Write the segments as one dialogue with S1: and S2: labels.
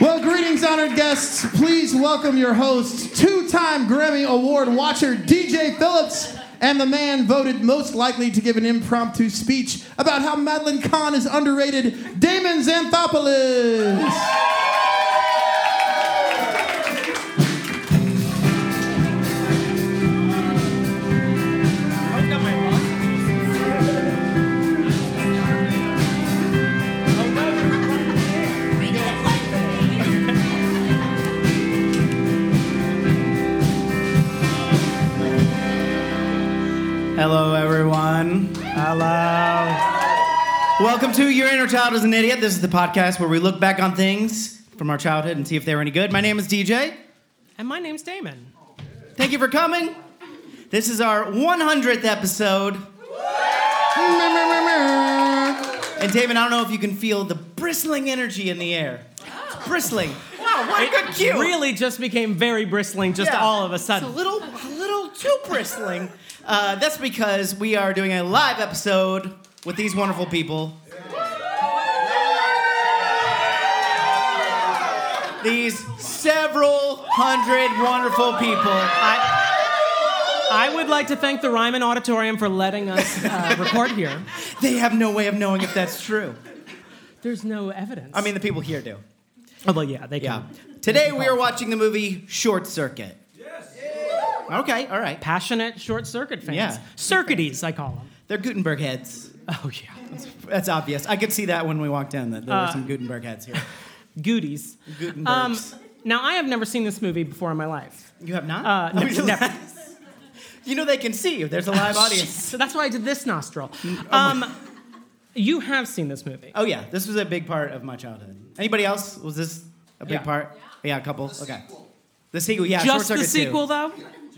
S1: Well, greetings, honored guests. Please welcome your host, two time Grammy Award watcher DJ Phillips, and the man voted most likely to give an impromptu speech about how Madeline Kahn is underrated, Damon Xanthopoulos.
S2: Hello, everyone. Hello. Welcome to Your Inner Child is an Idiot. This is the podcast where we look back on things from our childhood and see if they were any good. My name is DJ.
S3: And my name's Damon.
S2: Thank you for coming. This is our 100th episode. And Damon, I don't know if you can feel the bristling energy in the air. It's bristling. Wow, what a good cue.
S3: Really just became very bristling just
S2: Yeah.
S3: all of a
S2: It's a
S3: sudden.
S2: little, a little too bristling. Uh, that's because we are doing a live episode with these wonderful people. These several hundred wonderful people.
S3: I, I would like to thank the Ryman Auditorium for letting us uh, record here.
S2: They have no way of knowing if that's true.
S3: There's no evidence.
S2: I mean, the people here do.
S3: oh, well, yeah, they
S2: Yeah.
S3: can.
S2: Today we are watching the movie Short Circuit. Yes. Okay, all right.
S3: Passionate short circuit fans.
S2: Yeah.
S3: Circuities, I call them.
S2: They're Gutenberg heads.
S3: Oh, yeah.
S2: That's obvious. I could see that when we walked in that there were some Gutenberg heads here.
S3: Goodies. Um,
S2: Gutenbergs.
S3: now, I have never seen this movie before in my life.
S2: You have not?
S3: Uh,
S2: Oh,
S3: no,
S2: you-
S3: never. Oh,
S2: You know they can see you. There's a live audience.
S3: So that's why I did this nostril. Um, you have seen this movie.
S2: Mm, Oh yeah, this was a big part of my childhood. Anybody else? Was this a big
S3: Yeah.
S2: part? Yeah, a couple. okay. The sequel, yeah. Short
S3: just the
S2: Circuit
S3: sequel, though?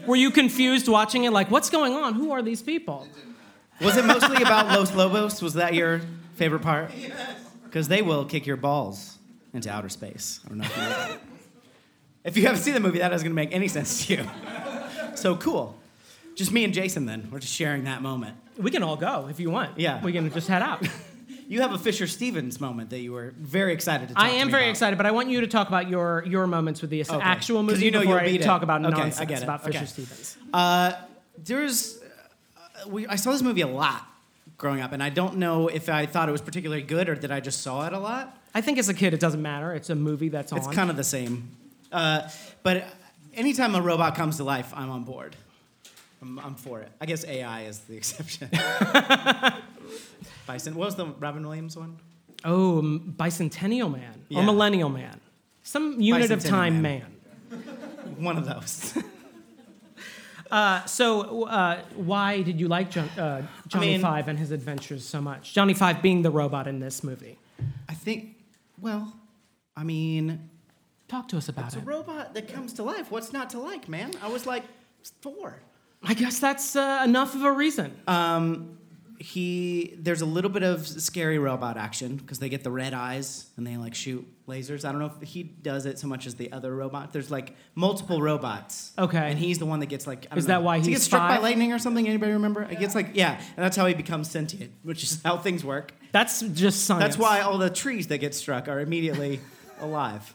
S3: Were you confused watching it? Like, what's going on? Who are these people?
S2: 2. Was it mostly about Los Lobos? Was that your favorite part? Because they will kick your balls into outer space. I don't know if you know that. If you haven't seen the movie, that isn't going to make any sense to you. So cool. Just me and Jason then. We're just sharing that moment.
S3: We can all go if you want.
S2: Yeah.
S3: We can just head out.
S2: You have a Fisher Stevens moment that you were very excited to talk
S3: I
S2: to
S3: am
S2: me
S3: very
S2: about.
S3: excited, but I want you to talk about your your moments with the
S2: Okay.
S3: actual
S2: 'Cause
S3: movie
S2: you know
S3: before
S2: you'll
S3: I
S2: beat it.
S3: talk about
S2: Okay, I
S3: nonsense
S2: get it.
S3: about Fisher
S2: Okay.
S3: Stevens.
S2: there's uh, we, i saw this movie a lot growing up and i don't know if i thought it was particularly good or that i just saw it a lot
S3: I think as a kid, it doesn't matter. It's a movie that's on.
S2: it's kind of the same uh, but anytime a robot comes to life i'm on board I'm, I'm for it i guess ai is the exception bison what was the robin williams one
S3: oh, m- bicentennial man
S2: Yeah.
S3: or millennial man, some unit of
S2: Bicentennial
S3: time
S2: man.
S3: man.
S2: one of those
S3: Uh, so, uh, why did you like John, uh, Johnny
S2: mean-
S3: Five and his adventures so much? Johnny Five being the robot in this movie.
S2: i think well i mean
S3: Talk to us about
S2: it's a
S3: it.
S2: robot that comes to life what's not to like man i was like four
S3: I guess that's uh, enough of a reason.
S2: Uh, he there's a little bit of scary robot action because they get the red eyes and they like shoot lasers. I don't know if he does it so much as the other robot. There's like multiple robots.
S3: Okay.
S2: And he's the one that gets like I don't
S3: Is
S2: know.
S3: that why
S2: Does he
S3: he's
S2: gets struck by
S3: five?
S2: lightning or something? Anybody remember? He gets like yeah, and that's how he becomes sentient, which is how things work.
S3: that's just science.
S2: That's why all the trees that get struck are immediately alive.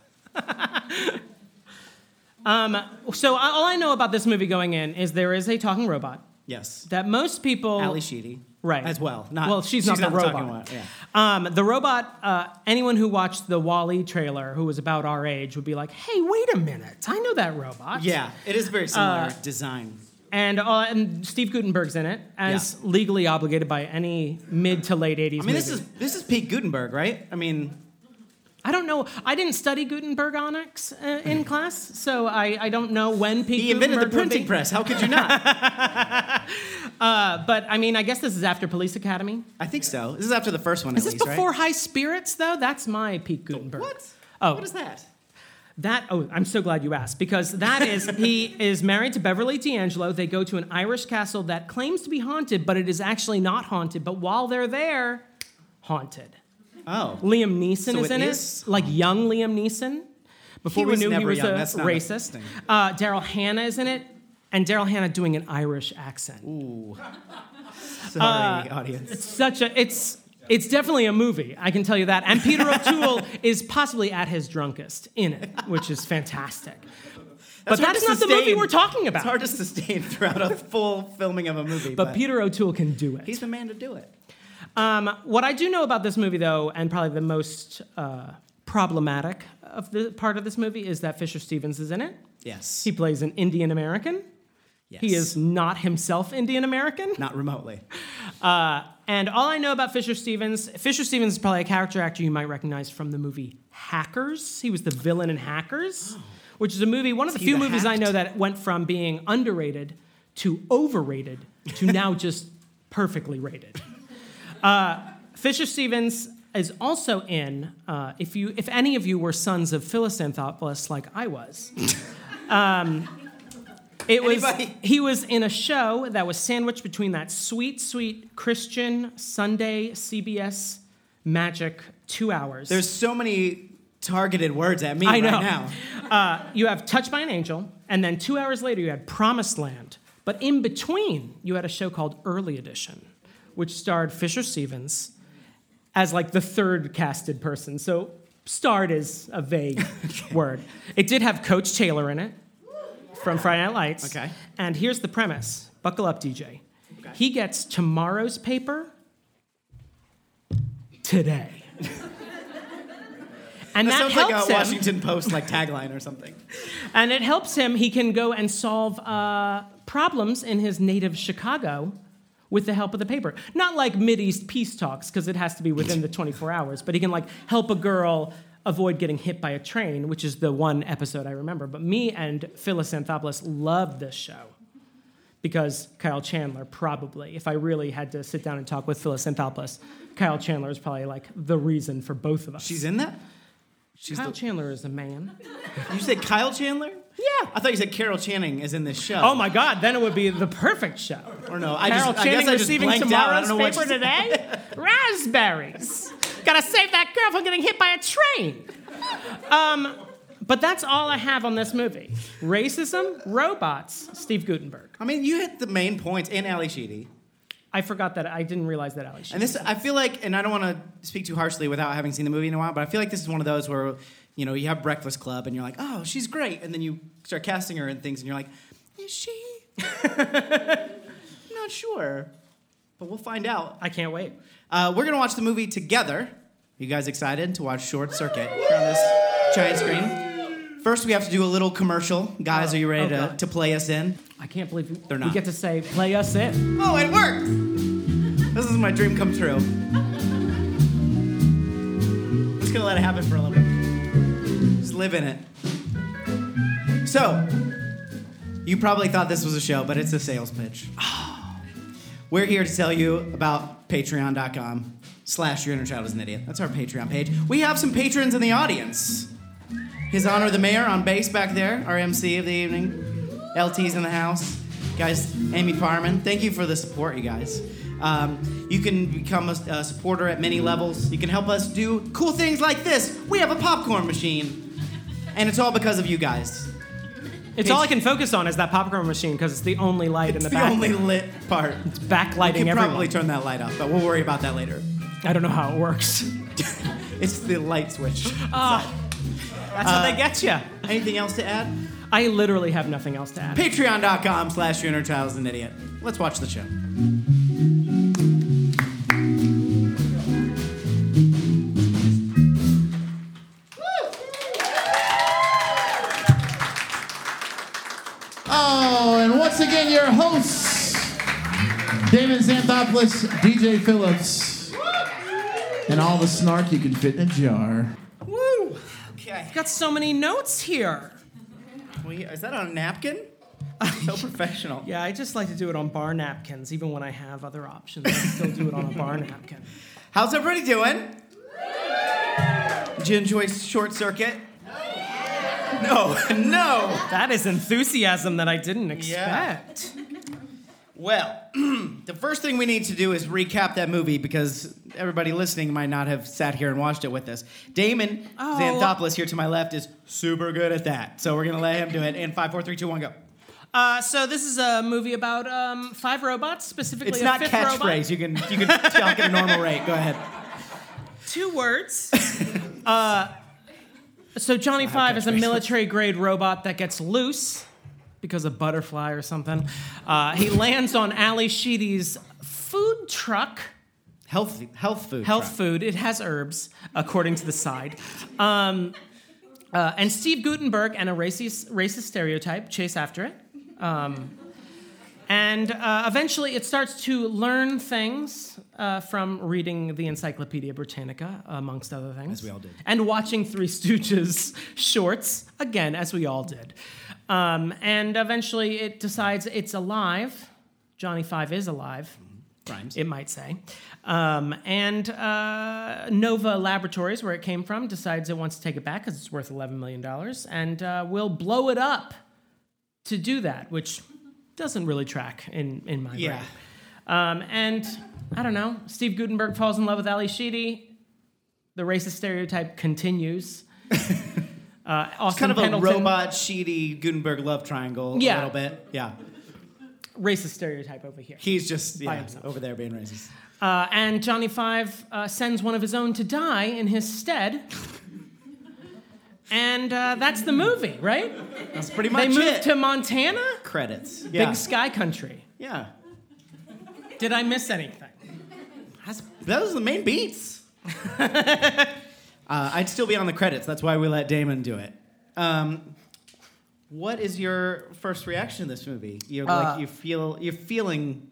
S3: So I- all I know about this movie going in is there is a talking robot
S2: Yes.
S3: that most people.
S2: Ali Sheedy.
S3: Right.
S2: As well. Not
S3: well, she's, not the
S2: talking
S3: robot.
S2: about- yeah.
S3: Um, the robot. Uh, anyone who watched the Wally trailer, who was about our age, would be like, "Hey, wait a minute! I know that robot."
S2: Yeah. It is very similar
S3: Uh,
S2: design.
S3: And, uh, and Steve Gutenberg's in it as
S2: Yeah.
S3: legally obligated by any mid to late '80s.
S2: I mean, this is this is Pete Gutenberg, right? I mean,
S3: I don't know. I didn't study Gutenbergonics uh, in class, so I, I don't know when Pete
S2: He invented the
S3: Gutenberg would be-
S2: printing press. How could you not?
S3: But I mean, I guess this is after Police Academy.
S2: I think so. This is after the first one,
S3: Is this
S2: at least,
S3: before
S2: right?
S3: High Spirits, though? That's my Pete Gutenberg.
S2: What?
S3: Oh.
S2: What is that?
S3: That, oh, I'm so glad you asked, because that is, he is married to Beverly D'Angelo. They go to an Irish castle that claims to be haunted, but it is actually not haunted. But while they're there, haunted.
S2: Oh.
S3: Liam Neeson
S2: So
S3: is
S2: it
S3: in
S2: is
S3: it, like young Liam Neeson, before
S2: He
S3: we
S2: was
S3: knew he
S2: never
S3: was
S2: young.
S3: a
S2: That's not a
S3: racist.
S2: thing.
S3: Uh, Daryl Hannah is in it, and Daryl Hannah doing an Irish accent. Uh,
S2: Sorry, audience.
S3: Such a, it's It's definitely a movie, I can tell you that. And Peter O'Toole is possibly at his drunkest in it, which is fantastic. but
S2: It's hard
S3: that is
S2: to
S3: not the movie
S2: sustain.
S3: we're talking
S2: It's hard
S3: about.
S2: to sustain throughout a full filming of a movie. But,
S3: But Peter O'Toole can do it.
S2: he's the man to do it.
S3: Um, what I do know about this movie, though, and probably the most uh, problematic of the part of this movie, is that Fisher Stevens is in it.
S2: Yes.
S3: He plays an Indian American.
S2: yes.
S3: He is not himself Indian American.
S2: not remotely.
S3: Uh, and all I know about Fisher Stevens, Fisher Stevens is probably a character actor you might recognize from the movie Hackers. He was the villain in Hackers, which is a movie, one of the
S2: he
S3: few
S2: the
S3: movies I
S2: hacked?
S3: know that went from being underrated to overrated to now just perfectly rated. Uh, Fisher Stevens is also in. Uh, if you, if any of you were sons of Phyllis Anthopoulos like I was, um, it was
S2: Anybody?
S3: he was in a show that was sandwiched between that sweet, sweet Christian Sunday CBS magic two hours.
S2: There's so many targeted words at me
S3: I know.
S2: right now.
S3: Uh, you have Touched by an Angel, and then two hours later you had Promised Land. But in between, you had a show called Early Edition, which starred Fisher Stevens as like the third casted person. So starred is a vague word. It did have Coach Taylor in it from Friday Night Lights.
S2: Okay.
S3: And here's the premise. Buckle up, DJ. He gets tomorrow's paper today. and
S2: That
S3: that,
S2: sounds like
S3: helps
S2: a
S3: him.
S2: Washington Post like tagline or something.
S3: And it helps him. He can go and solve uh, problems in his native Chicago with the help of the paper. Not like Mideast peace talks, because it has to be within the 24 hours, but he can like help a girl avoid getting hit by a train, which is the one episode I remember. But me and Phyllis Anthopoulos loved this show because Kyle Chandler probably, if I really had to sit down and talk with Phyllis Anthopoulos, Kyle Chandler is probably like the reason for both of us.
S2: She's in that? She's
S3: Kyle
S2: the,
S3: Chandler is a man.
S2: you said Kyle Chandler?
S3: Yeah.
S2: I thought you said Carol Channing is in this show.
S3: Oh my God, then it would be the perfect show.
S2: Or no, I
S3: Carol
S2: just, I
S3: Channing
S2: guess I just
S3: receiving
S2: blanked out. I
S3: tomorrow's
S2: don't know what
S3: paper
S2: she-
S3: today. Raspberries. Gotta save that girl from getting hit by a train. Um, but that's all I have on this movie racism, robots, Steve Gutenberg.
S2: I mean, you hit the main points and Ali Sheedy.
S3: I forgot that. I didn't realize that, Alex.
S2: And this, I feel like, and I don't want to speak too harshly without having seen the movie in a while, but I feel like this is one of those where, you know, you have Breakfast Club and you're like, oh, she's great. And then you start casting her and things and you're like, is she? Not sure. But we'll find out.
S3: I can't wait.
S2: Uh, we're going to watch the movie together. You guys excited to watch Short Circuit here on this giant screen? First, we have to do a little commercial. Guys, are you ready
S3: oh,
S2: to,
S3: God.
S2: to play us in?
S3: I can't believe we-
S2: They're
S3: we
S2: not.
S3: get to say, play us in.
S2: Oh, it worked! this is my dream come true. I'm just gonna let it happen for a little bit. Just live in it. So, you probably thought this was a show, but it's a sales pitch. Oh. We're here to tell you about patreon.com slash your inner child is an idiot. That's our Patreon page. We have some patrons in the audience. His Honor the Mayor on bass back there, our MC of the evening. LT's in the house. Guys, Amy Parman, thank you for the support, you guys. Um, you can become a, a supporter at many levels. You can help us do cool things like this. We have a popcorn machine. And it's all because of you guys.
S3: It's all I can focus on is that popcorn machine because it's the only light in
S2: It's
S3: the,
S2: the
S3: back.
S2: only lit part.
S3: It's
S2: You
S3: backlighting
S2: can probably
S3: everyone.
S2: turn that light off, but we'll worry about that later.
S3: I don't know how it works.
S2: It's the light switch.
S3: That's how they get you.
S2: Anything else to add?
S3: Uh, I literally have nothing else to add.
S2: Patreon.com slash your inner child is an idiot. Let's watch the show.
S1: Oh, and once again, your hosts, Damon Xanthopoulos, DJ Phillips, and all the snark you can fit in a jar.
S3: Woo!
S2: Okay.
S3: Got so many notes here.
S2: We, is that on a napkin? So professional.
S3: Yeah, I just like to do it on bar napkins, even when I have other options. I still do it on a bar napkin.
S2: How's everybody doing? Did you enjoy Short Circuit? No, no.
S3: That is enthusiasm that I didn't expect.
S2: Well, the first thing we need to do is recap that movie because everybody listening might not have sat here and watched it with us. Damon
S3: Oh.
S2: Xanthopoulos here to my left is super good at that, so we're gonna let him do it. And five, four, three, two, one, go.
S3: Uh, so this is a movie about um, five robots, specifically
S2: It's
S3: a
S2: not
S3: fifth
S2: catchphrase.
S3: robot.
S2: You can you can talk at a normal rate. Go ahead.
S3: two words. Uh, so Johnny Five is a military grade robot that gets loose because of butterfly or something. Uh, he lands on Ali Sheedy's food truck.
S2: Health, health food.
S3: Health
S2: truck.
S3: food. It has herbs, according to the side. Um, uh, and Steve Gutenberg and a racist, racist stereotype chase after it. Um, and uh, eventually, it starts to learn things uh, from reading the Encyclopedia Britannica, amongst other things.
S2: As we all did.
S3: And watching Three Stooges shorts, again, as we all did. Um, and eventually, it decides it's alive. Johnny Five is alive
S2: Rhymes.
S3: it might say. Um, and uh, Nova Laboratories, where it came from, decides it wants to take it back because it's worth $11 million and uh, will blow it up to do that, which doesn't really track in, in my
S2: Yeah.
S3: brain. Um, and I don't know, Steve Gutenberg falls in love with Ali Sheedy. The racist stereotype continues. uh, Austin
S2: Kind of a
S3: Pendleton-
S2: robot, sheedy Gutenberg love triangle.
S3: Yeah.
S2: A little bit. Yeah.
S3: Racist stereotype over here.
S2: He's just yeah,
S3: himself.
S2: over there being racist.
S3: Uh, and Johnny Five uh, sends one of his own to die in his stead. and uh, that's the movie, right?
S2: That's pretty
S3: They
S2: much
S3: moved
S2: it.
S3: to Montana,
S2: credits. Yeah.
S3: Big Sky Country.
S2: yeah.
S3: Did I miss anything?
S2: That's, those are the main beats. uh, I'd still be on the credits. That's why we let Damon do it. Um, what is your first reaction to this movie? You
S3: Uh,
S2: like you feel you're feeling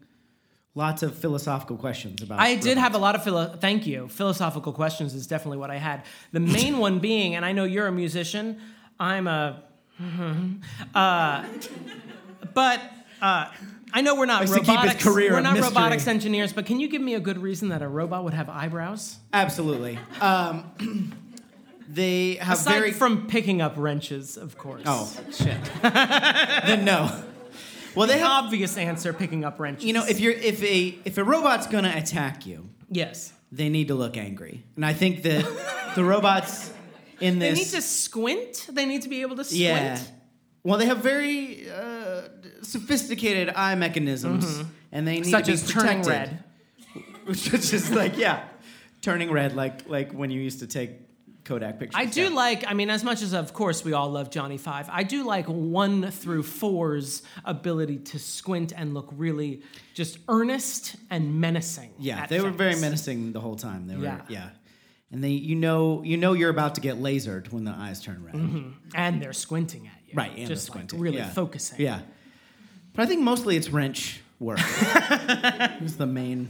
S2: lots of philosophical questions about.
S3: I did have a lot of philo- thank you. Philosophical questions is definitely what I had. The main one being, and I know you're a musician, I'm a. uh, but uh, I know we're not
S2: Likes to keep his
S3: robotics.
S2: career
S3: We're
S2: a
S3: not
S2: mystery.
S3: robotics engineers, but can you give me a good reason that a robot would have eyebrows?
S2: absolutely. Um, they have
S3: Aside
S2: very
S3: from picking up wrenches, of course.
S2: oh shit. then no. Well, they
S3: The
S2: have.
S3: obvious answer: picking up wrenches.
S2: You know, if you're if a if a robot's gonna attack you,
S3: yes,
S2: they need to look angry. And I think that the robots in
S3: they
S2: this
S3: need to squint. They need to be able to squint.
S2: yeah. Well, they have very uh, sophisticated eye mechanisms, and they need
S3: Mm-hmm. Such
S2: to be
S3: as turning
S2: protected.
S3: red.
S2: which is just like yeah, turning red, like like when you used to take Kodak pictures.
S3: I do
S2: Yeah.
S3: like, I mean, as much as of course we all love Johnny Five, I do like one through four's ability to squint and look really just earnest and menacing.
S2: Yeah,
S3: at
S2: they were very
S3: things.
S2: menacing the whole time. They were yeah.
S3: Yeah.
S2: And they, you know, you know, you're about to get lasered when the eyes turn
S3: Mm-hmm.
S2: red.
S3: And they're squinting at you.
S2: Right, and
S3: just
S2: the
S3: like
S2: squinting.
S3: really
S2: yeah.
S3: focusing.
S2: Yeah, but I think mostly it's wrench work. was the main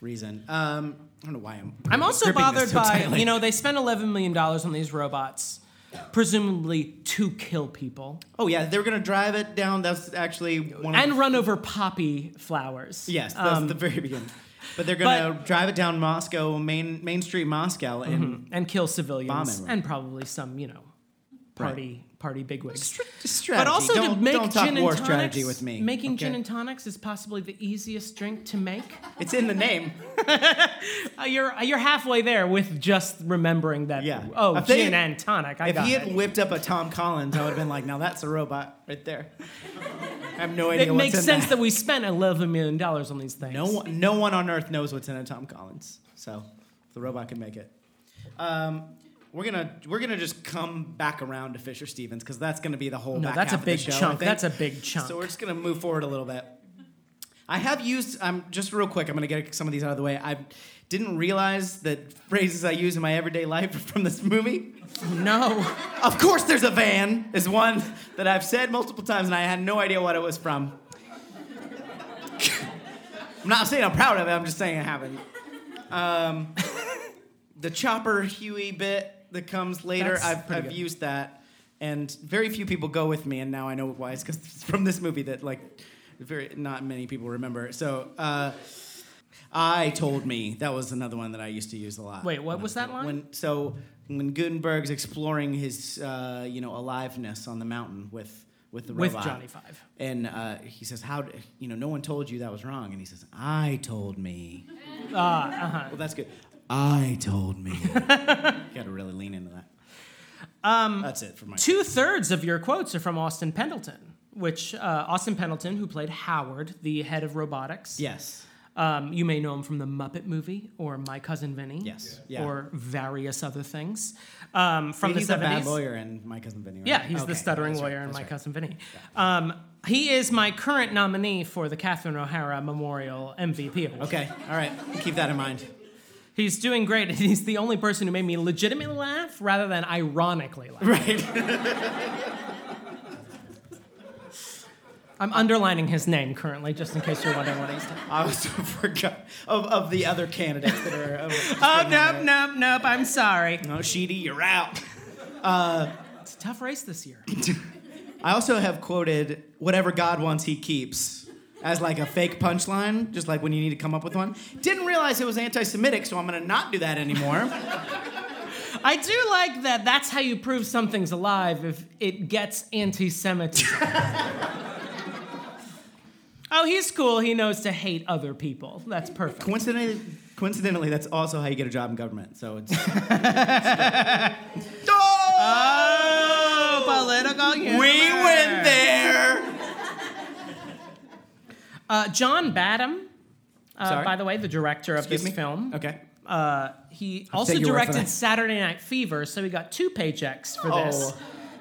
S2: reason. Um, I don't know why I'm.
S3: I'm also
S2: gripping this
S3: bothered
S2: so
S3: by
S2: tightly.
S3: you know they spent 11 million dollars on these robots, presumably to kill people
S2: Oh yeah, they were gonna drive it down. That's actually one of
S3: and run over poppy flowers. Um,
S2: yes, that's the very beginning. But they're gonna drive it down Moscow, main Main Street Moscow, and
S3: and kill
S2: Bomb
S3: civilians
S2: everyone.
S3: and probably some you know party party bigwigs.
S2: strategy.
S3: But also
S2: don't,
S3: to make
S2: don't talk
S3: gin and
S2: war
S3: tonics,
S2: strategy with me.
S3: Making gin
S2: okay?
S3: and tonics is possibly the easiest drink to make.
S2: it's in the name.
S3: Uh, you're uh, you're halfway there with just remembering that.
S2: Yeah.
S3: Oh,
S2: If they-
S3: gin and tonic. I
S2: If
S3: got
S2: he
S3: it.
S2: had whipped up a Tom Collins, I would have been like, "Now that's a robot right there." I have no idea.
S3: It
S2: what's
S3: makes
S2: in
S3: sense
S2: that.
S3: that. we spent 11 million dollars on these things.
S2: No one, no one on earth knows what's in a Tom Collins. So the robot can make it. Um, we're gonna we're gonna just come back around to Fisher Stevens because that's gonna be the whole.
S3: No,
S2: back
S3: that's a
S2: half of the
S3: big
S2: show, I
S3: chunk.
S2: think.
S3: That's a big chunk.
S2: So we're just gonna move forward a little bit. I have used. I'm just real quick. I'm gonna get some of these out of the way. I didn't realize that phrases I use in my everyday life are from this movie.
S3: No.
S2: Of course, there's a van, is one that I've said multiple times, and I had no idea what it was from. I'm not saying I'm proud of it, I'm just saying it happened. Um, the chopper Huey bit that comes later,
S3: That's
S2: I've,
S3: pretty
S2: I've
S3: good.
S2: used that, and very few people go with me, and now I know why. It's because it's from this movie that, like, very not many people remember. So, uh, I told me that was another one that I used to use a lot.
S3: Wait, what was that line?
S2: When so when Gutenberg's exploring his uh, you know aliveness on the mountain with with the
S3: With
S2: robot,
S3: Johnny Five.
S2: and uh, he says, "How d- you know? No one told you that was wrong." And he says, "I told me."
S3: Ah, uh-huh.
S2: Well, that's good. I told me. you got to really lean into that. Um, that's it for my
S3: Two thirds of your quotes are from Austin Pendleton, which uh, Austin Pendleton, who played Howard, the head of robotics,
S2: Yes.
S3: Um, you may know him from the Muppet movie or My Cousin Vinny.
S2: Yes. Yeah.
S3: Or various other things um, from
S2: he's
S3: the
S2: a
S3: 70s.
S2: bad lawyer and my cousin Vinny. Right?
S3: Yeah, he's
S2: Okay,
S3: the stuttering
S2: that's right,
S3: lawyer in
S2: that's
S3: My
S2: right.
S3: Cousin Vinny. Um, he is my current nominee for the Catherine O'Hara Memorial MVP Award.
S2: Okay, all right. Keep that in mind.
S3: He's doing great. He's the only person who made me legitimately laugh rather than ironically laugh.
S2: Right.
S3: I'm underlining his name currently, just in case you're wondering what he's doing.
S2: I also forgot of, of the other candidates that are. of-
S3: Oh, nope, nope, nope. I'm sorry.
S2: No, Sheedy, you're out.
S3: It's a tough race this year.
S2: I also have quoted whatever God wants, he keeps as like a fake punchline, just like when you need to come up with one. Didn't realize it was anti Semitic, so I'm gonna not do that anymore.
S3: I do like that that's how you prove something's alive if it gets anti Semitism. oh, he's cool. He knows to hate other people. That's perfect.
S2: coincidentally, coincidentally, that's also how you get a job in government, so it's.
S3: Oh, political humor.
S2: We went there!
S3: Uh, John Badham, uh,
S2: Sorry?
S3: by the way, the director of
S2: Excuse
S3: this
S2: me?
S3: film.
S2: Okay.
S3: Uh, he also
S2: take your word for
S3: directed
S2: that.
S3: Saturday Night Fever, so he got two paychecks for this
S2: Oh.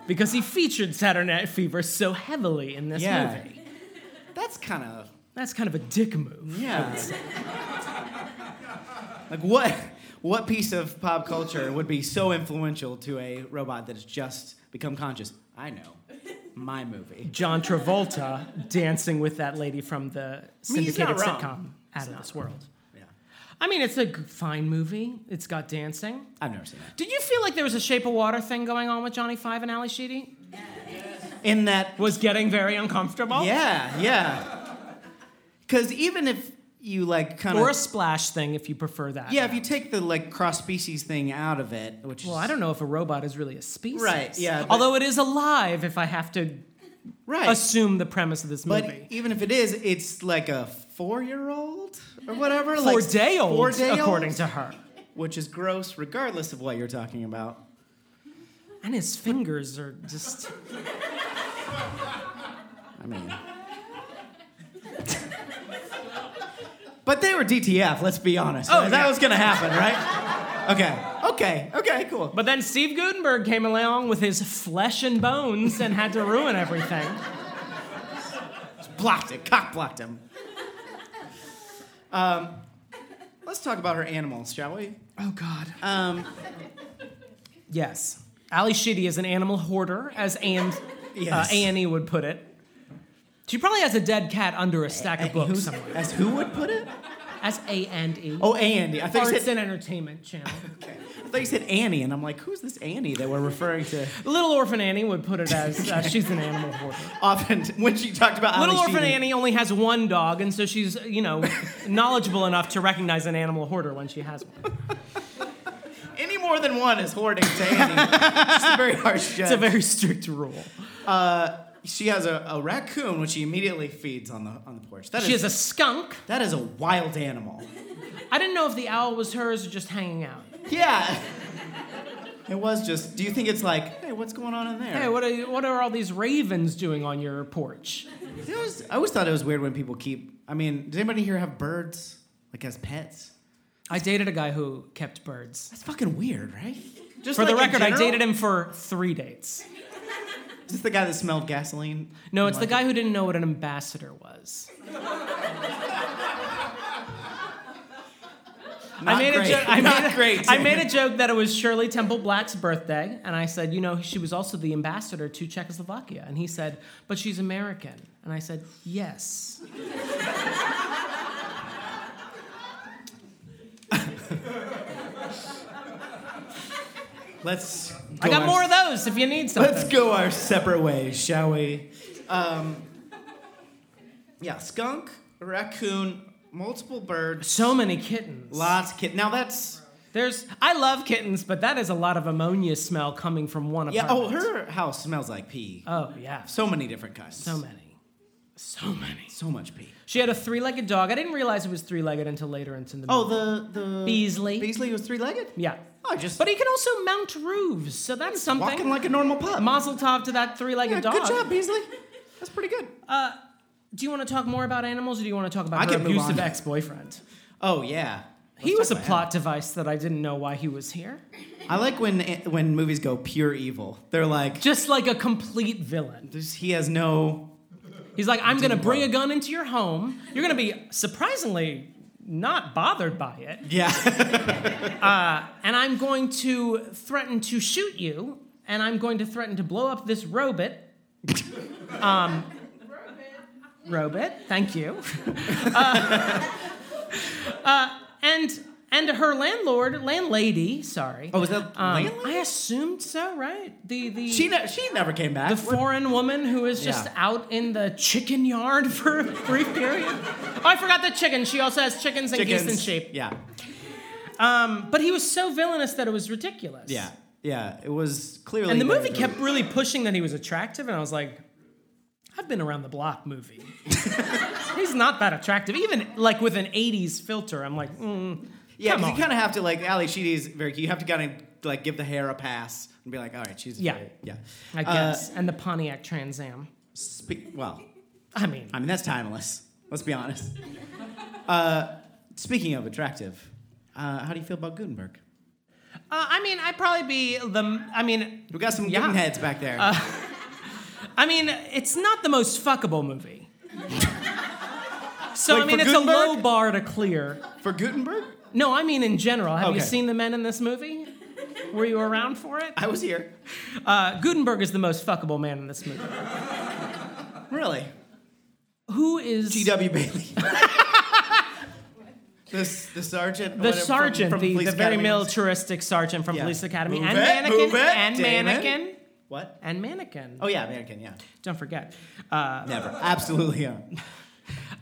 S3: because he featured Saturday Night Fever so heavily in this
S2: Yeah.
S3: movie.
S2: That's kind of.
S3: That's kind of a dick move.
S2: Yeah. like what what piece of pop culture would be so influential to a robot that has just become conscious? I know. My movie.
S3: John Travolta dancing with that lady from the
S2: mean, he's
S3: syndicated
S2: not wrong.
S3: sitcom Out of This World.
S2: Yeah.
S3: I mean, it's a g- fine movie. It's got dancing.
S2: I've never seen that.
S3: Did you feel like there was a Shape of Water thing going on with Johnny Five and Ali Sheedy?
S2: In that
S3: Was getting very uncomfortable.
S2: Yeah, yeah. Cause even if you like kind
S3: Or a
S2: of
S3: splash thing, if you prefer that.
S2: Yeah, if you take the like cross species thing out of it, which
S3: Well,
S2: is
S3: I don't know if a robot is really a species.
S2: Right, yeah, but-
S3: Although it is alive, if I have to
S2: right.
S3: assume the premise of this
S2: but
S3: movie.
S2: even if it is, it's like a four year old or whatever.
S3: Four
S2: like
S3: day old,
S2: Four day old.
S3: according to her.
S2: which is gross regardless of what you're talking about.
S3: And his fingers are just.
S2: I mean. but they were DTF, let's be honest.
S3: Oh,
S2: that
S3: yeah.
S2: was going to happen, right? Okay. Okay. Okay, cool.
S3: But then Steve Gutenberg came along with his flesh and bones and had to ruin everything.
S2: Blocked it. Cock blocked him. Um, let's talk about her animals, shall we?
S3: Oh, God.
S2: Um,
S3: Yes. Ali Sheedy is an animal hoarder, as Anne, uh,
S2: Yes.
S3: Annie would put it. She probably has a dead cat under a stack of books somewhere.
S2: as who would put it?
S3: As A and E.
S2: Oh, Andy. I thought you
S3: Arts
S2: said,
S3: and Entertainment Channel.
S2: okay. I thought you said Annie, and I'm like, who's this Annie that we're referring to?
S3: Little Orphan Annie would put it as uh, she's an animal hoarder.
S2: Often when she talked about
S3: Little
S2: Ali
S3: Orphan
S2: Sheedy.
S3: Annie only has one dog, and so she's, you know, knowledgeable enough to recognize an animal hoarder when she has one.
S2: Any more than one is hoarding to Annie. It's a very harsh judge.
S3: It's a very strict rule.
S2: she has a, a raccoon, which she immediately feeds on the on the porch. That is
S3: She has a skunk.
S2: that is a wild animal.
S3: I didn't know if the owl was hers or just hanging out.
S2: Yeah. It was just. Do you think it's like, hey, what's going on in there?
S3: Hey, what are, what are all these ravens doing on your porch?
S2: It was- I always thought it was weird when people keep. I mean, does anybody here have birds like as pets?
S3: I dated a guy who kept birds.
S2: That's fucking weird, right? Just
S3: For the record, I dated him for three dates.
S2: Is this the guy that smelled gasoline?
S3: No, it's the
S2: Like
S3: guy who didn't know what an ambassador was.
S2: Not
S3: I made
S2: great.
S3: a joke. I
S2: Not
S3: made a,
S2: great.
S3: I made a joke that it was Shirley Temple Black's birthday, and I said, you know, she was also the ambassador to Czechoslovakia, and he said, but she's American, and I said, yes.
S2: Let's.
S3: I
S2: go
S3: got
S2: our-
S3: more of those if you need something.
S2: Let's go our separate ways, shall we? Um, yeah, skunk, raccoon, multiple birds,
S3: So many kittens.
S2: lots of kid. Now that's
S3: There's. I love kittens, but that is a lot of ammonia smell coming from one
S2: yeah. Oh,
S3: apartment.
S2: her house smells like pee.
S3: Oh yeah.
S2: So many different kinds.
S3: So many. So many.
S2: So much pee.
S3: She had a three-legged dog. I didn't realize it was three-legged until later into the
S2: Oh,
S3: movie.
S2: the the
S3: Beasley.
S2: Beasley was three legged.
S3: yeah.
S2: Oh, just
S3: But he can also mount roofs, so that's something.
S2: walking like a normal pup.
S3: Mazel tov to that three-legged
S2: yeah,
S3: dog.
S2: good job, Beasley. That's pretty good.
S3: Do you want to talk more about animals, or do you want to talk about
S2: I
S3: her
S2: can move
S3: abusive
S2: on.
S3: ex-boyfriend?
S2: Oh yeah.
S3: he
S2: Let's
S3: was a
S2: talk about
S3: plot device that I didn't know why he was here.
S2: that. I like when when movies go pure evil. They're like
S3: Just like a complete villain.
S2: there's- he has no.
S3: He's like, I'm going to bring a gun into your home. You're going to be surprisingly not bothered by it.
S2: Yeah.
S3: and I'm going to threaten to shoot you, and I'm going to threaten to blow up this robot. um, robot, thank you. uh, uh, and and her landlord, landlady, sorry.
S2: Oh, is that
S3: Um,
S2: Layla?
S3: I assumed so, right? The the
S2: She ne- she never came back.
S3: the foreign woman who is just
S2: Yeah.
S3: out in the chicken yard for a brief period. Oh, I forgot the chicken. She also has chickens and geese and
S2: Chickens.
S3: sheep.
S2: Yeah.
S3: But he was so villainous that it was ridiculous.
S2: Yeah. Yeah. It was clearly.
S3: And the
S2: there
S3: movie
S2: was-
S3: kept really pushing that he was attractive, and I was like, I've been around the block movie. He's not that attractive. Even like with an 80s filter, I'm like, mm,
S2: Yeah,
S3: come
S2: because you
S3: on.
S2: kind of have to like Ali Sheedy's very cute. You have to kind of like give the hair a pass and be like, all right, she's
S3: Yeah.
S2: very- yeah.
S3: I
S2: Uh,
S3: guess. and the Pontiac Trans Am.
S2: spe- well,
S3: I mean,
S2: I mean that's timeless. Let's be honest. Uh, speaking of attractive, uh, how do you feel about Gutenberg?
S3: uh, I mean, I'd probably be the. I mean,
S2: We got some
S3: Yeah. Uh.
S2: Guten heads back there.
S3: I mean, it's not the most fuckable movie. so
S2: Wait,
S3: I mean,
S2: for
S3: it's a
S2: Gutenberg?
S3: low bar to clear.
S2: For Gutenberg,
S3: No, I mean in general. Have you
S2: Okay.
S3: seen the men in this movie? Were you around for it?
S2: I was here.
S3: Uh, Gutenberg is the most fuckable man in this movie.
S2: Really,
S3: Who is
S2: G.W. Bailey. This the sergeant.
S3: the
S2: whatever, from-
S3: sergeant,
S2: from
S3: the,
S2: Police
S3: the very
S2: Academy.
S3: militaristic sergeant from
S2: Yeah.
S3: Police Academy,
S2: Move
S3: and
S2: it,
S3: mannequin,
S2: move it,
S3: and
S2: Damon.
S3: mannequin,
S2: What?
S3: and mannequin.
S2: Oh yeah, American. Yeah,
S3: Don't forget. Uh,
S2: never. Absolutely. Yeah.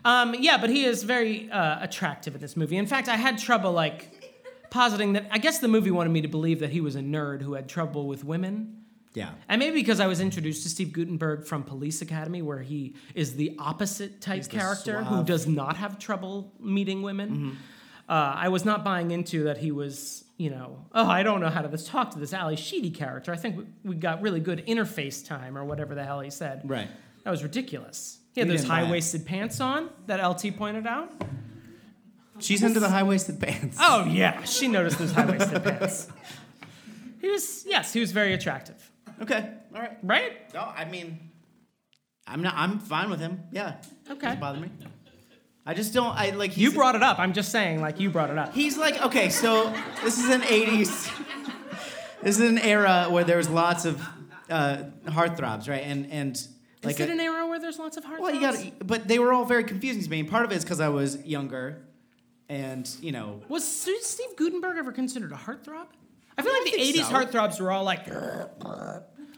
S3: um, yeah, but he is very uh, attractive in this movie. In fact, I had trouble like positing that. I guess the movie wanted me to believe that he was a nerd who had trouble with women.
S2: Yeah.
S3: And maybe because I was introduced to Steve Gutenberg from Police Academy, where he is the opposite type
S2: the
S3: character who
S2: suave. Mm-hmm.
S3: does not have trouble meeting women. Uh, I was not buying into that he was, you know, oh, I don't know how to this, talk to this Ali Sheedy character. I think we, we got really good interface time or whatever the hell he said.
S2: Right.
S3: That was ridiculous. He had
S2: We
S3: those
S2: didn't buy it.
S3: high waisted pants on that LT pointed out.
S2: She's into the high waisted pants.
S3: Oh, yeah, she noticed those high waisted pants. He was, yes, he was very attractive,
S2: Okay. All right.
S3: right?
S2: No, I mean, I'm not. I'm fine with him. Yeah.
S3: Okay.
S2: Doesn't bother me. I just don't. I like. He's,
S3: You brought it up. I'm just saying, like, you brought it up.
S2: He's like okay. So this is an '80s. This is an era where there's lots of uh, heartthrobs, right? And and like.
S3: is it
S2: a-
S3: an era where there's lots of heart
S2: well, you e-
S3: attacks?
S2: got. But they were all very confusing to me, and part of it is because I was younger, and you know.
S3: Was Su- Steve Gutenberg ever considered a heartthrob? I feel like the
S2: think
S3: 80s
S2: so.
S3: heartthrobs were all like,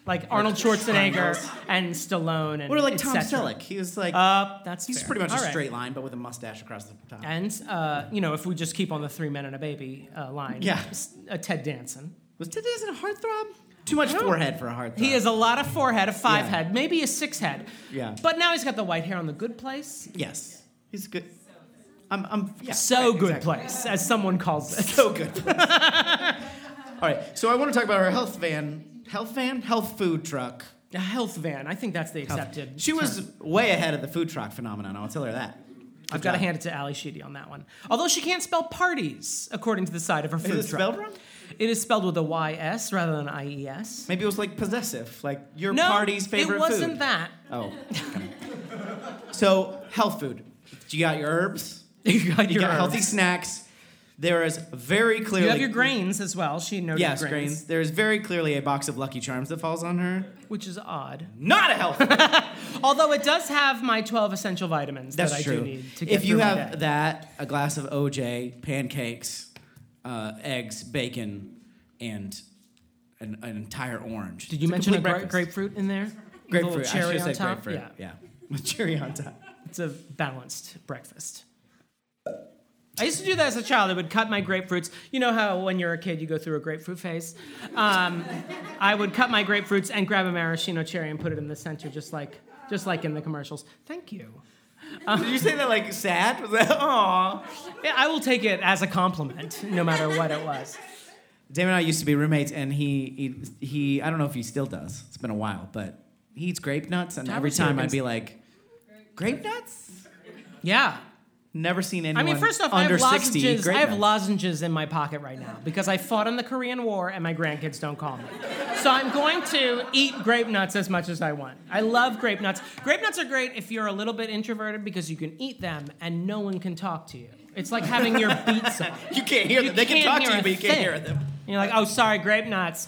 S3: like Arnold Schwarzenegger and Stallone and
S2: What like
S3: et
S2: Tom
S3: cetera.
S2: Selleck? He was like.
S3: Uh, that's
S2: he's
S3: fair.
S2: pretty much a
S3: All right.
S2: straight line, but with a mustache across the top.
S3: And uh, you know, if we just keep on the three men and a baby uh, line,
S2: Yeah.
S3: s- uh, Ted Danson.
S2: was today's a heartthrob? Too much
S3: I don't-
S2: forehead for a heartthrob.
S3: He has a lot of forehead, a five
S2: Yeah.
S3: head, maybe a six head.
S2: Yeah.
S3: But now he's got the white hair on the good place.
S2: Yes. He's good. I'm, I'm yeah.
S3: So
S2: right,
S3: good
S2: exactly.
S3: place, as someone calls it.
S2: So good. All right. So I want to talk about our health van, health van, health food truck.
S3: A health van. I think that's the
S2: Health-
S3: accepted.
S2: She was way ahead of the food truck phenomenon. I'll tell her that.
S3: I've got to
S2: job.
S3: hand it to Ali Sheedy on that one. Although she can't spell parties, according to the side of her food
S2: Is it
S3: truck.
S2: spelled wrong?
S3: It is spelled with a Y-S rather than I-E-S.
S2: Maybe it was like possessive, like your
S3: No,
S2: party's favorite
S3: it wasn't
S2: food.
S3: that.
S2: Oh. so health food. You got your herbs.
S3: You got
S2: You
S3: your
S2: got
S3: herbs.
S2: healthy snacks. There is very clearly
S3: You have your grains as well. She noted
S2: Yes, grains.
S3: grains,
S2: There is very clearly a box of Lucky Charms that falls on her.
S3: which is odd.
S2: Not a health food.
S3: Although it does have my 12 essential vitamins
S2: That's
S3: that I
S2: true.
S3: do need to get
S2: if you
S3: through my
S2: have
S3: day.
S2: that, a glass of OJ, pancakes, uh, eggs, bacon, and an, an entire orange.
S3: Did you
S2: It's
S3: mention a
S2: complete
S3: gra-
S2: breakfast.
S3: grapefruit in there? A
S2: Grapefruit.
S3: little cherry
S2: I should
S3: on
S2: have said
S3: top.
S2: grapefruit.
S3: Yeah.
S2: Yeah. With cherry on top.
S3: It's a balanced breakfast. I used to do that as a child. I would cut my grapefruits. You know how when you're a kid you go through a grapefruit phase? Um, I would cut my grapefruits and grab a maraschino cherry and put it in the center, just like just like in the commercials. Thank you. Uh-huh.
S2: Did you say that like sad? Was that aw?
S3: Yeah, I will take it as a compliment, no matter what it was.
S2: Damon and I used to be roommates, and he, he he I don't know if he still does. It's been a while, but he eats grape nuts, and
S3: That
S2: every
S3: was your
S2: time I'd
S3: cons-
S2: be like, Grape nuts?
S3: Yeah.
S2: Never seen anyone
S3: I mean, first off, I
S2: under
S3: have,
S2: 60 eat
S3: lozenges,
S2: grape
S3: I have
S2: nuts.
S3: lozenges in my pocket right now because I fought in the Korean War and my grandkids don't call me. So I'm going to eat grape nuts as much as I want. I love grape nuts. Grape nuts are great if you're a little bit introverted because you can eat them and no one can talk to you. It's like having your beats on.
S2: You can't hear them. They can talk
S3: can't
S2: to
S3: hear a
S2: you, but you can't
S3: thing.
S2: hear them.
S3: And you're like, oh, sorry, grape nuts.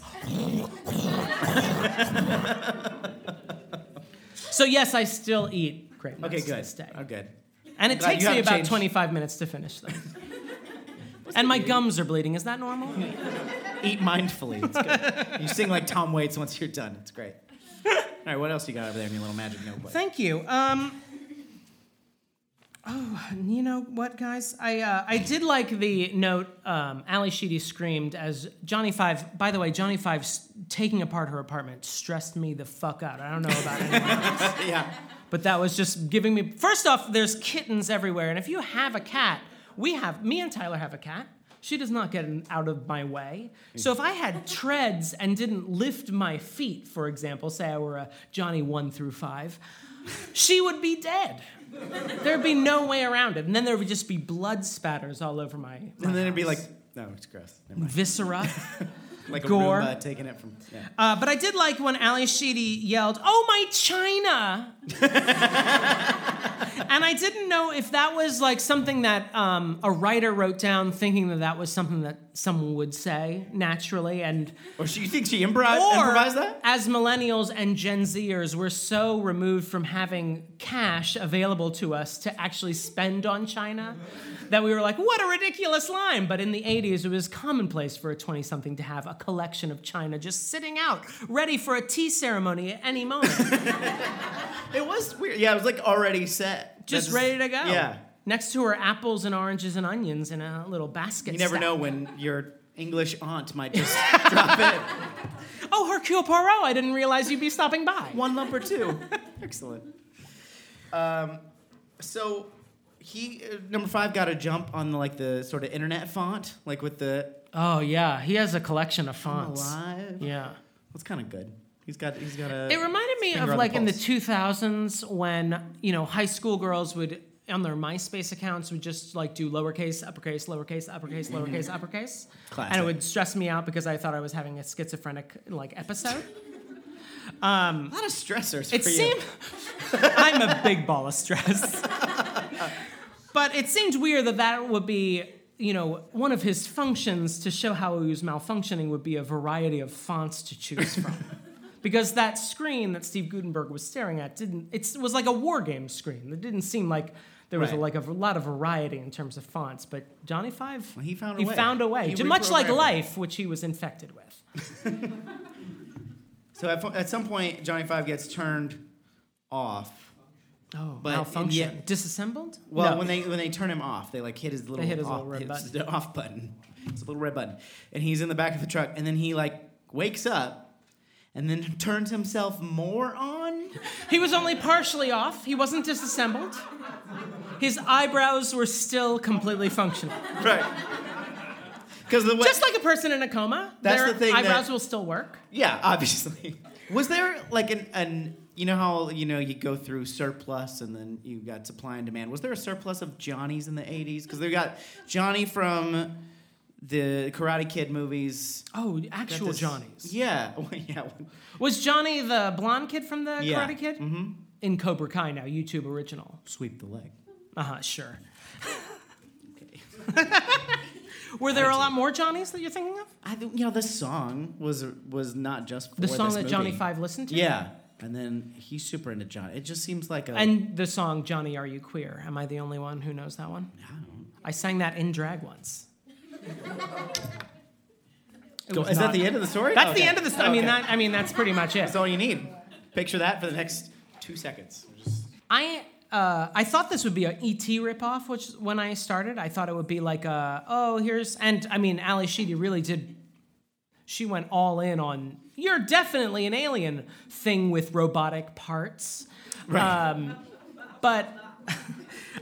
S3: so, yes, I still eat grape nuts.
S2: Okay,
S3: to
S2: good.
S3: this day.
S2: I'm good.
S3: And it
S2: Glad
S3: takes
S2: you
S3: me
S2: haven't
S3: about
S2: changed.
S3: 25 minutes to finish them. and my gums are bleeding. Is that normal?
S2: Eat mindfully. It's good. you sing like Tom Waits once you're done. It's great. All right, what else you got over there in your little magic notebook?
S3: Thank you. Um, oh, you know what, guys? I uh, I did like the note um, Ali Sheedy screamed as Johnny Five. By the way, Johnny Five s- taking apart her apartment stressed me the fuck out. I don't know about anyone else.
S2: yeah.
S3: But that was just giving me. First off, there's kittens everywhere, and if you have a cat, we have. Me and Tyler have a cat. She does not get an- out of my way. So if I had treads and didn't lift my feet, for example, say I were a Johnny one through five, she would be dead. There'd be no way around it, and then there would just be blood spatters all over my. my
S2: And then it'd be
S3: house.
S2: like, no, it's gross. Never mind.
S3: viscera.
S2: Like a
S3: Gore.
S2: Roomba taking it from. Yeah.
S3: Uh, but I did like when Ali Sheedy yelled, "Oh my China!" and I didn't know if that was like something that um, a writer wrote down, thinking that that was something that someone would say naturally, and
S2: Or she, you think she improv-
S3: or
S2: improvised that?
S3: as millennials and Gen Zers, we're so removed from having cash available to us to actually spend on China that we were like, what a ridiculous line. But in the 80s, it was commonplace for a 20 something to have a collection of China just sitting out, ready for a tea ceremony at any moment,
S2: It was weird. Yeah, it was like already set.
S3: just
S2: That's-
S3: ready to go.
S2: Yeah.
S3: Next to her, apples and oranges and onions in a little basket.
S2: You never
S3: stack.
S2: know when your English aunt might just
S3: Oh, Hercule Poirot! I didn't realize you'd be stopping by.
S2: one lump or two. Excellent. Um, so he uh, number five got a jump on the, like the sort of internet font, like with the
S3: Oh yeah, he has a collection of fonts.
S2: alive.
S3: Yeah.
S2: That's kind of good. He's got he's got a.
S3: It reminded me
S2: finger
S3: of
S2: on the
S3: like in the
S2: pulse.
S3: 2000s when, you know, high school girls would on their MySpace accounts would just like do lowercase, uppercase, lowercase, uppercase, lowercase, uppercase. And
S2: Classic.
S3: it would stress me out because I thought I was having a schizophrenic like episode.
S2: a lot of stressors
S3: It
S2: for you.
S3: seemed I'm a big ball of stress. but it seemed weird that that would be, you know, one of his functions to show how he was malfunctioning would be a variety of fonts to choose from. because that screen that Steve Gutenberg was staring at didn't it was like a war game screen. It didn't seem like there was a,
S2: Right.
S3: like a v- lot of variety in terms of fonts, but Johnny Five
S2: Well, he found a
S3: he
S2: way.
S3: found a way.
S2: He
S3: Ju- much like
S2: reprogrammed it.
S3: life, which he was infected with.
S2: So at, fo- at some point, Johnny Five gets turned off.
S3: Oh,
S2: But- and
S3: malfunction.
S2: yet-
S3: Disassembled?
S2: Well,
S3: No.
S2: when they when they turn him off, they like hit his little
S3: hit his
S2: off,
S3: little red
S2: hit
S3: button.
S2: the off button. It's a little red button, and he's in the back of the truck, and then he like wakes up, and then turns himself more on.
S3: He was only partially off. He wasn't disassembled. His eyebrows were still completely functional.
S2: Right. Because the way,
S3: Just like a person in a coma,
S2: That's
S3: their
S2: the thing that-
S3: eyebrows will still work.
S2: yeah, obviously. Was there like an an you know how you know you go through surplus and then you got supply and demand. Was there a surplus of Johnnies in the '80s? Because they got Johnny from the Karate Kid movies.
S3: Oh,
S2: Got
S3: actual
S2: this-
S3: Johnnies.
S2: Yeah, yeah.
S3: Was Johnny the blonde kid from the
S2: Yeah.
S3: Karate Kid? Mm-hmm. In Cobra Kai now, YouTube original.
S2: Sweep the leg.
S3: Uh huh, sure. Were there a lot more Johnnies that you're thinking of?
S2: I think you know this song was was not just for
S3: The song
S2: this
S3: that Johnny
S2: movie.
S3: Five listened to?
S2: Yeah, and then he's super into Johnny. It just seems like a
S3: And the song Johnny Are You Queer? Am I the only one who knows that one? I sang that in drag once. It
S2: Go-
S3: was
S2: is
S3: not-
S2: that the end of the story?
S3: That's
S2: Okay.
S3: the end of the story. I mean,
S2: Okay.
S3: that, I mean, that's pretty much it.
S2: that's all you need. Picture that for the next two seconds. Just-
S3: I uh, I thought this would be an ET ripoff, which is- when I started, I thought it would be like a oh here's and I mean Ali Sheedy really did. She went all in on you're definitely an alien thing with robotic parts,
S2: Right.
S3: um, but.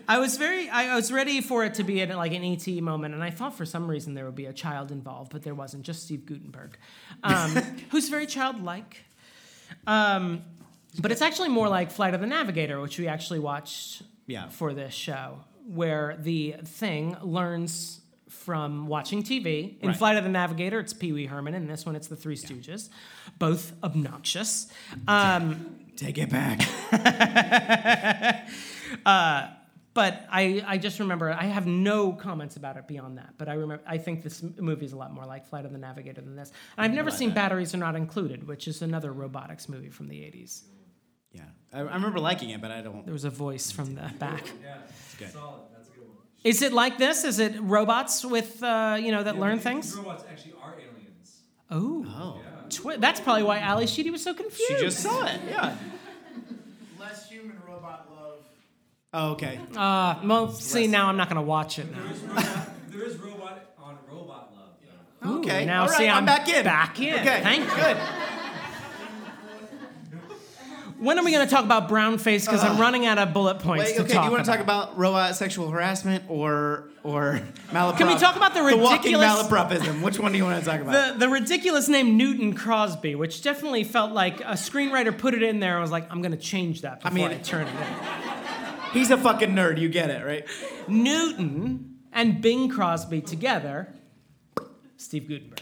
S3: I was very, I I was ready for it to be an, like an ET moment, and I thought for some reason there would be a child involved, but there wasn't. Just Steve Gutenberg, um, who's very childlike. Um, But it's actually more like Flight of the Navigator, which we actually watched
S2: Yeah.
S3: for this show, where the thing learns from watching TV. In
S2: Right.
S3: Flight of the Navigator, it's Pee Wee Herman. In this one, it's the Three Stooges, both obnoxious. Um,
S2: Take it back.
S3: but I, I just remember I have no comments about it beyond that. But I remember I think this m- movie is a lot more like Flight of the Navigator than this. And I've never seen Batteries Are Not Included, which is another robotics movie from the 80s.
S2: yeah. I, I remember liking it, but I don't.
S3: There was a voice from the back.
S2: It's good.
S3: Is it like this? Is it robots with uh, you know that learn things?
S4: robots actually are aliens.
S3: Oh,
S2: Oh.
S3: twi- that's probably why Ali Sheedy was so confused.
S2: She just saw it. Yeah.
S5: Less human robot love.
S2: Oh, okay.
S3: Uh, well, see now I'm not gonna watch it now.
S4: There is robot on robot love.
S3: Ooh,
S2: okay.
S3: now
S2: All right,
S3: see
S2: I'm
S3: I'm
S2: back in.
S3: Back in.
S2: Okay.
S3: Thank you.
S2: Good.
S3: When are we gonna talk about brown face? Because I'm running out of bullet points
S2: Wait,
S3: to
S2: okay. Do
S3: talk.
S2: you want to
S3: about.
S2: talk about robot sexual harassment or or malaprop?
S3: Can we talk about the
S2: walking
S3: ridiculous-
S2: malapropism? Which one do you want to talk about?
S3: the, the ridiculous name Newton Crosby, which definitely felt like a screenwriter put it in there and was like, I'm gonna change that
S2: I
S3: before I,
S2: mean-
S3: turn it in.
S2: He's a fucking nerd. You get it, right?
S3: Newton and Bing Crosby together, Steve Gutenberg.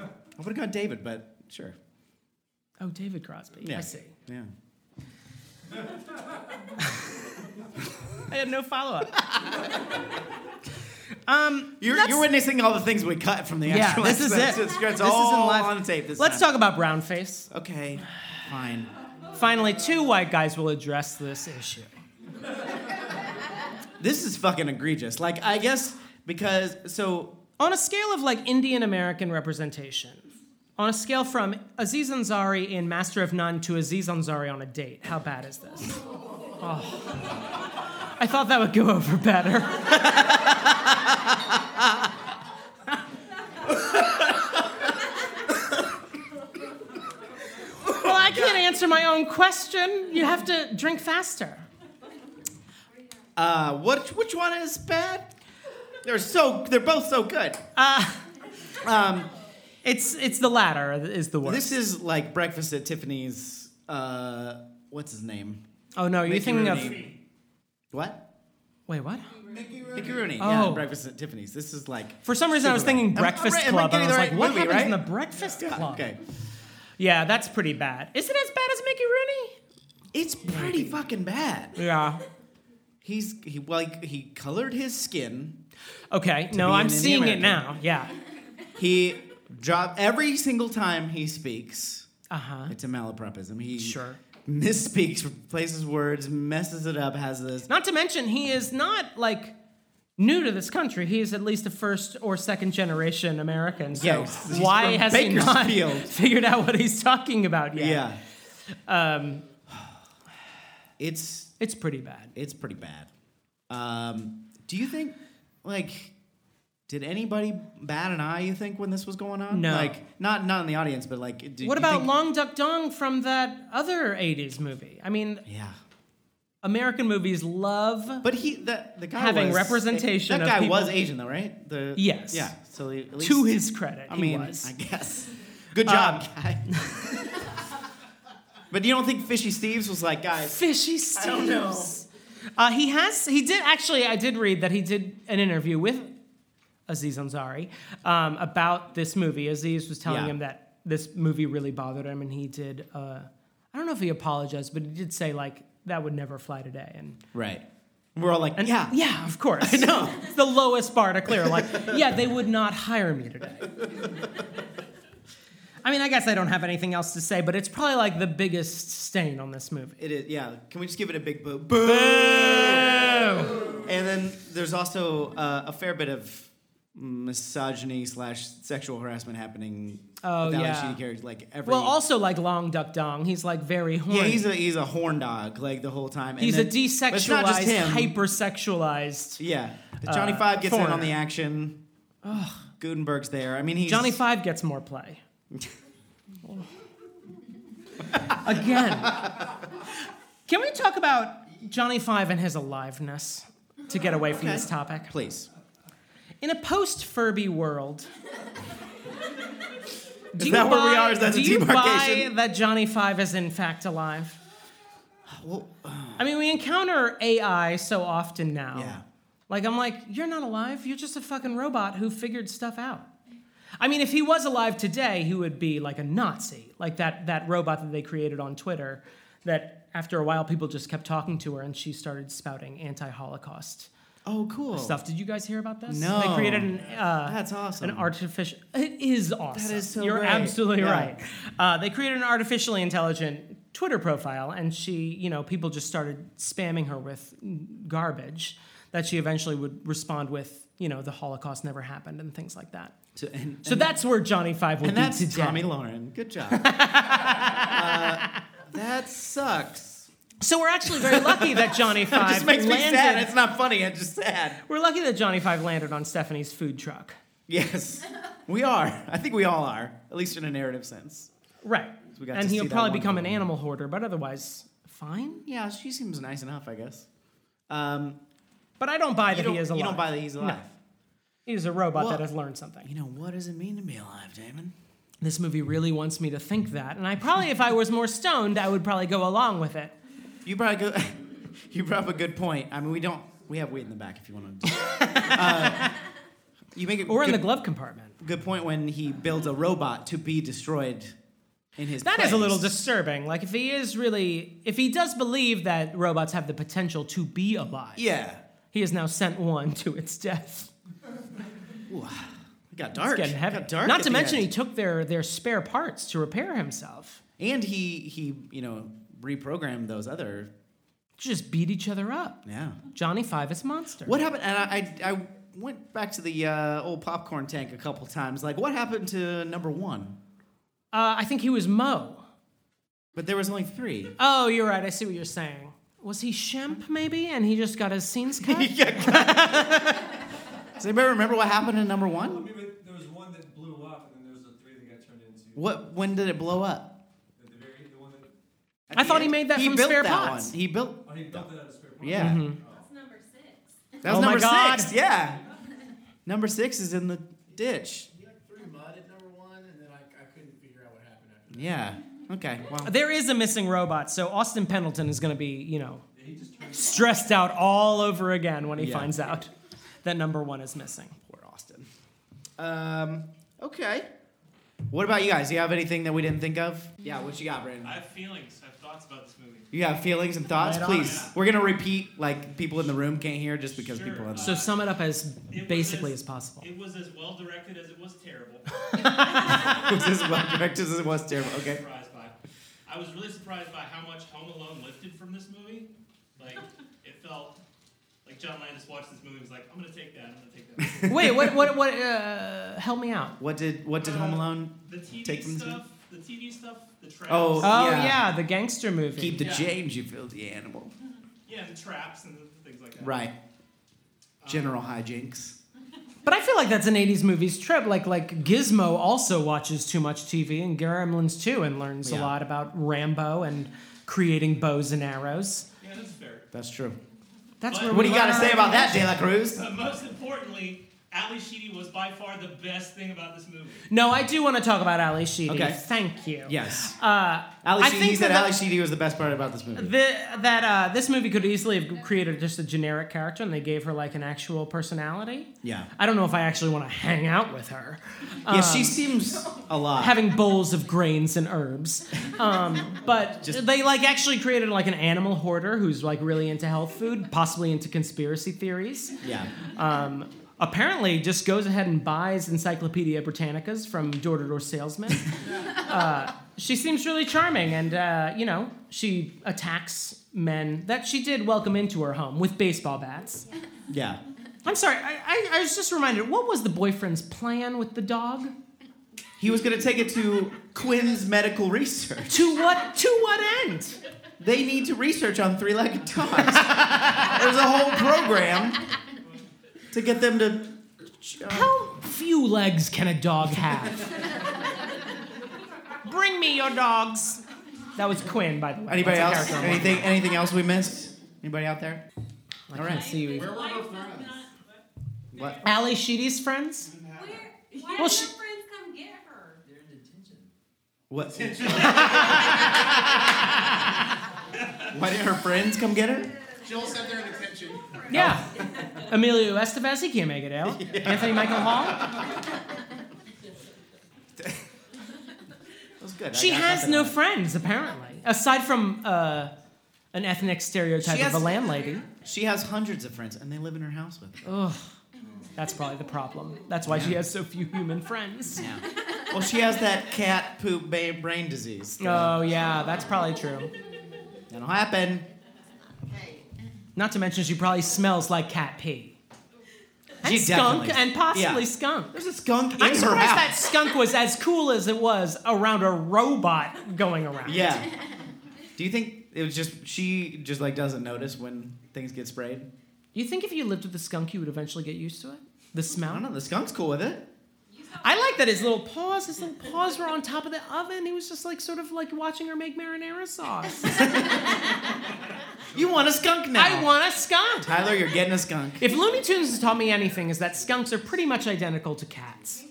S2: I would have gone David, but sure.
S3: Oh, David Crosby.
S2: Yeah.
S3: I see.
S2: Yeah.
S3: I had no follow up.
S2: You're,
S3: That's-
S2: you're witnessing all the things we cut from the
S3: yeah,
S2: actual.
S3: this is it.
S2: episode. It's, it's
S3: This
S2: all
S3: isn't live.
S2: on tape. This
S3: Let's
S2: time.
S3: talk about brown face.
S2: Okay, fine.
S3: Finally, two white guys will address this issue.
S2: This is fucking egregious. Like, I guess because so
S3: On a scale of like Indian American representation, on a scale from Aziz Ansari in Master of None to Aziz Ansari on a date, how bad is this? Oh. I thought that would go over better. well, I can't answer my own question. You have to drink faster.
S2: Uh, what which one is bad? They're so they're both so good.
S3: It's it's the latter is the worst.
S2: This is like breakfast at Tiffany's. Uh, what's his name?
S3: oh no, you're
S2: Mickey
S3: thinking of
S2: Rooney. what?
S3: wait what?
S5: Mickey Rooney.
S2: Mickey Rooney. Yeah,
S3: Oh.
S2: breakfast at Tiffany's. This is like
S3: For some reason, I was thinking
S2: Am I-
S3: Breakfast
S2: am I
S3: Club, and I
S2: getting
S3: was
S2: the
S3: like,
S2: right
S3: "What
S2: movie,
S3: happens
S2: right?"
S3: in the Breakfast
S2: Yeah,
S3: Club?"
S2: okay.
S3: Yeah, that's pretty bad. Is it as bad as Mickey Rooney?
S2: It's pretty fucking bad.
S3: Yeah.
S2: He's he like he colored his skin.
S3: Okay. No,
S2: be an
S3: I'm
S2: Indian
S3: seeing it
S2: American.
S3: now. Yeah.
S2: He dropped every single time he speaks.
S3: Uh huh.
S2: It's a malapropism. He
S3: Sure.
S2: misspeaks, replaces words, messes it up, has this
S3: Not to mention, he is not like new to this country. He is at least a first or second generation American. So
S2: Yeah, he's- he's
S3: why
S2: from
S3: has he not
S2: Bakersfield.
S3: figured out what he's talking about yet?
S2: Yeah.
S3: Um,
S2: It's
S3: it's pretty bad.
S2: it's pretty bad. Um, do you think like did anybody bat an eye you think when this was going on?
S3: No.
S2: Like not not in the audience, but like do,
S3: What
S2: you
S3: about
S2: think-
S3: Long Duck Dong from that other '80s movie? I mean,
S2: Yeah.
S3: American movies love
S2: But he the the guy
S3: Having
S2: was,
S3: representation
S2: That
S3: of
S2: guy
S3: people-
S2: was Asian though, right? The
S3: Yes.
S2: Yeah. So he- at least,
S3: to his credit.
S2: I
S3: he
S2: mean
S3: was. Uh,
S2: I guess. Good job, guy. but you don't think Fishy Steve's was like, guys,
S3: Fishy Steves. Uh, he has. He did actually. I did read that he did an interview with Aziz Ansari um, about this movie. Aziz was telling
S2: Yeah.
S3: him that this movie really bothered him, and he did. Uh, I don't know if he apologized, but he did say like that would never fly today, and
S2: Right. We're all like,
S3: and
S2: yeah.
S3: yeah, of course. I know. It's the lowest bar to clear. Like, yeah, they would not hire me today. I mean, I guess I don't have anything else to say, but it's probably like the biggest stain on this movie.
S2: It is, yeah. Can we just give it a big boo? Boo! And then there's also uh, a fair bit of misogyny slash sexual harassment happening.
S3: Oh,
S2: with Ally
S3: yeah.
S2: Sheedy character, like every.
S3: Well, also like Long Duck Dong, he's like very horny.
S2: yeah, he's a he's a horn dog like the whole time. And
S3: He's
S2: then-
S3: a
S2: but it's not just
S3: desexualized,
S2: him.
S3: hypersexualized.
S2: Yeah, Johnny Five gets in on
S3: foreigner.
S2: the action. Gutenberg's there. I mean, he's
S3: Johnny Five gets more play. Again. Can we talk about Johnny Five and his aliveness to get away from
S2: Okay.
S3: this topic?
S2: Please,
S3: In a post Furby world, do
S2: that where we are? Is that
S3: do
S2: the
S3: you buy
S2: demarcation?
S3: that Johnny Five is in fact alive? I mean, we encounter AI so often now.
S2: Yeah.
S3: Like, I'm like, you're not alive. You're just a fucking robot who figured stuff out. I mean, if he was alive today, he would be like a Nazi, like that, that robot that they created on Twitter that after a while people just kept talking to her and she started spouting anti Holocaust
S2: Oh, cool.
S3: stuff. Did you guys hear about this?
S2: No.
S3: They created an, uh,
S2: That's awesome.
S3: an artificial. It is awesome.
S2: is so
S3: You're
S2: great.
S3: absolutely
S2: Yeah.
S3: right. Uh, they created an artificially intelligent Twitter profile, and she, you know, people just started spamming her with garbage that she eventually would respond with, you know, the Holocaust never happened and things like that.
S2: So, and,
S3: So that's where Johnny Five will
S2: and
S3: be
S2: that's
S3: today.
S2: Tommy Lauren. Good job. uh, that sucks.
S3: So we're actually very lucky that Johnny Five
S2: It just makes
S3: landed.
S2: me sad. It's not funny. It's just sad.
S3: We're lucky that Johnny Five landed on Stephanie's food truck.
S2: Yes, we are. I think we all are, at least in a narrative sense.
S3: Right.
S2: So we got
S3: And
S2: to see
S3: he'll
S2: that
S3: probably
S2: one
S3: become an
S2: little-
S3: animal hoarder, but otherwise, fine.
S2: Yeah, she seems nice enough, I guess. Um,
S3: But I don't buy
S2: you,
S3: that
S2: don't,
S3: he is
S2: you
S3: alive.
S2: don't buy that he's alive.
S3: He's a robot
S2: Well-
S3: that has learned something.
S2: You know, what does it mean to be alive, Damon?
S3: This movie really wants me to think that, and I probably, if I was more stoned, I would probably go along with it.
S2: You brought a good, you brought up a good point. I mean, we don't, we have weight in the back if you want to. Do uh, you make it
S3: Or in
S2: good,
S3: the glove compartment.
S2: good point when he builds a robot to be destroyed in his.
S3: That is a
S2: place.
S3: little disturbing. Like, if he is really, if he does believe that robots have the potential to be alive,
S2: Yeah,
S3: he has now sent one to its death.
S2: it got dark.
S3: Getting
S2: It
S3: heavy.
S2: Got dark.
S3: Not
S2: at
S3: to
S2: the
S3: mention,
S2: end.
S3: he took their, their spare parts to repair himself.
S2: and he he you know reprogrammed those other
S3: Just beat each other up.
S2: yeah.
S3: Johnny Five is a monster.
S2: What happened? And I, I, I went back to the uh, old popcorn tank a couple times. Like, what happened to number one?
S3: Uh, I think he was Mo.
S2: But there was only three.
S3: Oh, you're right. I see what you're saying. Was he Shemp maybe, and he just got his scenes cut?
S2: Does anybody remember what happened to number
S4: I
S2: one?
S4: mean, but there was one that blew up, and then there was the three that got turned into
S2: What? When did it blow up?
S4: the, the very the one that
S3: I thought he made that
S2: he
S3: from
S2: built
S3: spare
S2: that
S3: parts. Mm-hmm.
S2: One. He built.
S4: oh, he built that out of spare parts.
S2: Yeah.
S6: That's number six.
S2: That was
S3: Oh my
S2: number
S3: God.
S2: six. Yeah. Number six is in the ditch.
S5: He like threw mud at number one, and then I, I couldn't figure out what happened after
S2: Yeah. Okay. Well.
S3: There is a missing robot, so Austin Pendleton is going to be, you know, stressed out all over again when he
S2: Yeah.
S3: finds out that number one is missing.
S2: Poor Austin. Um. Okay. What about you guys? Do you have anything that we didn't think of? Yeah. What you got, Brandon?
S7: I have feelings, I have thoughts about this movie.
S2: You have feelings and thoughts,
S3: Right on.
S2: please. We're gonna repeat like people in the room can't hear just because
S7: Sure.
S2: people in
S3: So sum it up as
S7: It was
S3: basically as possible.
S7: It was as well directed as it was terrible.
S2: was as well directed as it was terrible. Okay.
S7: surprised by. I was really surprised by how much Home Alone lifted from this movie. Like it felt like John Landis watched this movie and was like, I'm gonna take that. I'm gonna take that.
S3: Wait, what? What? What? Uh, help me out.
S2: What did what did Home Alone?
S7: The TV
S2: Take from this
S7: stuff. The TV stuff. The traps.
S2: Oh.
S3: Oh
S2: Yeah.
S3: yeah, the gangster movie.
S2: Keep the
S7: Yeah.
S2: change, you filthy animal.
S7: Yeah, the traps and the things like that.
S2: Right.
S7: Um,
S2: General hijinks.
S3: but I feel like that's an '80s movies trip. Like like Gizmo also watches too much TV and Gremlins too, and learns a
S2: Yeah.
S3: lot about Rambo and creating bows and arrows.
S7: Yeah, that's fair.
S2: That's true.
S3: That's
S7: But-
S3: where
S2: What do
S3: we
S2: you gotta
S3: learn
S2: say
S3: our-
S2: about that, De La Cruz?
S7: But most importantly, Ali Sheedy was by far the best thing about this movie.
S3: No, I do want to talk about Ali Sheedy.
S2: Okay.
S3: Thank you.
S2: Yes.
S3: Uh,
S2: Ali
S3: I
S2: Sheedy,
S3: think
S2: he said
S3: that-
S2: Ali Sheedy was the best part about this movie.
S3: the, that uh, this movie could easily have created just a generic character, and they gave her like an actual personality.
S2: Yeah.
S3: I don't know if I actually want to hang out with her,
S2: yeah, she seems alive.
S3: having bowls of grains and herbs. Um, but
S2: Just-
S3: they like actually created like an animal hoarder who's like really into health food, possibly into conspiracy theories.
S2: yeah.
S3: um, apparently just goes ahead and buys Encyclopedia Britannicas from door to door salesmen. uh, she seems really charming, and uh, you know she attacks men that she did welcome into her home with baseball bats.
S2: Yeah.
S3: I'm sorry, I, I, I was just reminded. What was the boyfriend's plan with the dog?
S2: He was gonna take it to Quinn's medical research.
S3: To what to what end?
S2: They need to research on three-legged dogs. There's a whole program to get them to.
S3: How few legs can a dog have? Bring me your dogs. That was Quinn, by the way.
S2: Anybody
S3: That's a
S2: else?
S3: character I'm
S2: Anything? Anything else we missed? Anybody out there?
S3: I
S2: All
S3: can't
S2: right.
S3: see you.
S6: Where were her friends?
S2: What?
S3: Ali Sheedy's friends?
S6: Where? Why
S3: Well,
S6: did
S3: she-
S6: her friends come get her?
S2: What? Why didn't her friends come get her?
S5: Jill sat there in detention.
S2: Oh.
S3: Yeah. Emilio Estevez, he can't make it out. Anthony Michael Hall.
S2: That was good. I
S3: She
S2: got
S3: has
S2: nothing
S3: no
S2: on it.
S3: friends, apparently. Aside from uh, an ethnic stereotype
S2: She
S3: of a
S2: has-
S3: landlady.
S2: She has hundreds of friends, and they live in her house with her.
S3: Ugh. That's probably the problem. That's why she
S2: Yeah.
S3: has so few human friends.
S2: Yeah. Well, she has that cat poop ba- brain disease.
S3: Oh, yeah, that's probably true.
S2: That'll happen.
S3: Not to mention, she probably smells like cat pee. And
S2: She
S3: skunk,
S2: definitely-
S3: and possibly
S2: yeah.
S3: skunk.
S2: There's a skunk in
S3: I'm
S2: her
S3: surprised that
S2: house.
S3: skunk was as cool as it was around a robot going around.
S2: Yeah. Do you think it was just she just like doesn't notice when things get sprayed?
S3: You think if you lived with a skunk, you would eventually get used to it? The
S2: I don't
S3: smell?
S2: know. The skunk's cool with it.
S3: I like that his little paws, his little paws were on top of the oven. He was just like sort of like watching her make marinara sauce.
S2: You want a skunk now?
S3: I want a skunk.
S2: Tyler, you're getting a skunk.
S3: If Looney Tunes has taught me anything, is that skunks are pretty much identical to cats.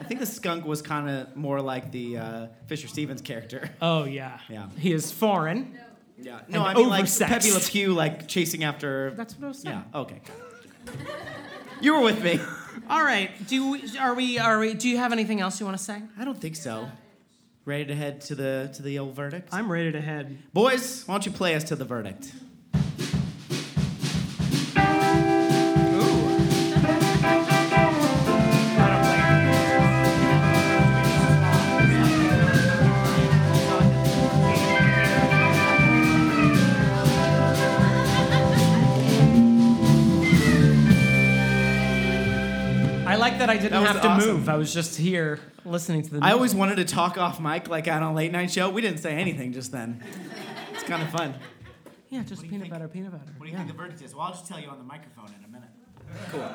S2: I think the skunk was kind of more like the uh, Fisher Stevens character.
S3: Oh yeah.
S2: Yeah.
S3: He is foreign.
S2: Yeah. No,
S3: And
S2: I mean
S3: oversexed.
S2: like Pepe Le Pew, like chasing after.
S3: That's what I was saying.
S2: yeah. Okay. you were with me.
S3: All right. Do we, are we are we do you have anything else you want to say?
S2: I don't think so. Ready to head to the to the old verdict?
S3: I'm ready to head.
S2: Boys, why don't you play us to the verdict?
S3: I like that I didn't
S2: That was
S3: have to
S2: awesome.
S3: move. I was just here listening to the
S2: I always wanted to talk off mic like on a late night show. We didn't say anything just then. It's kind of fun.
S3: Yeah, just
S2: do you
S3: peanut
S2: think?
S3: butter, peanut butter. yeah.
S2: verdict is? Well, I'll just tell you on the microphone in a minute.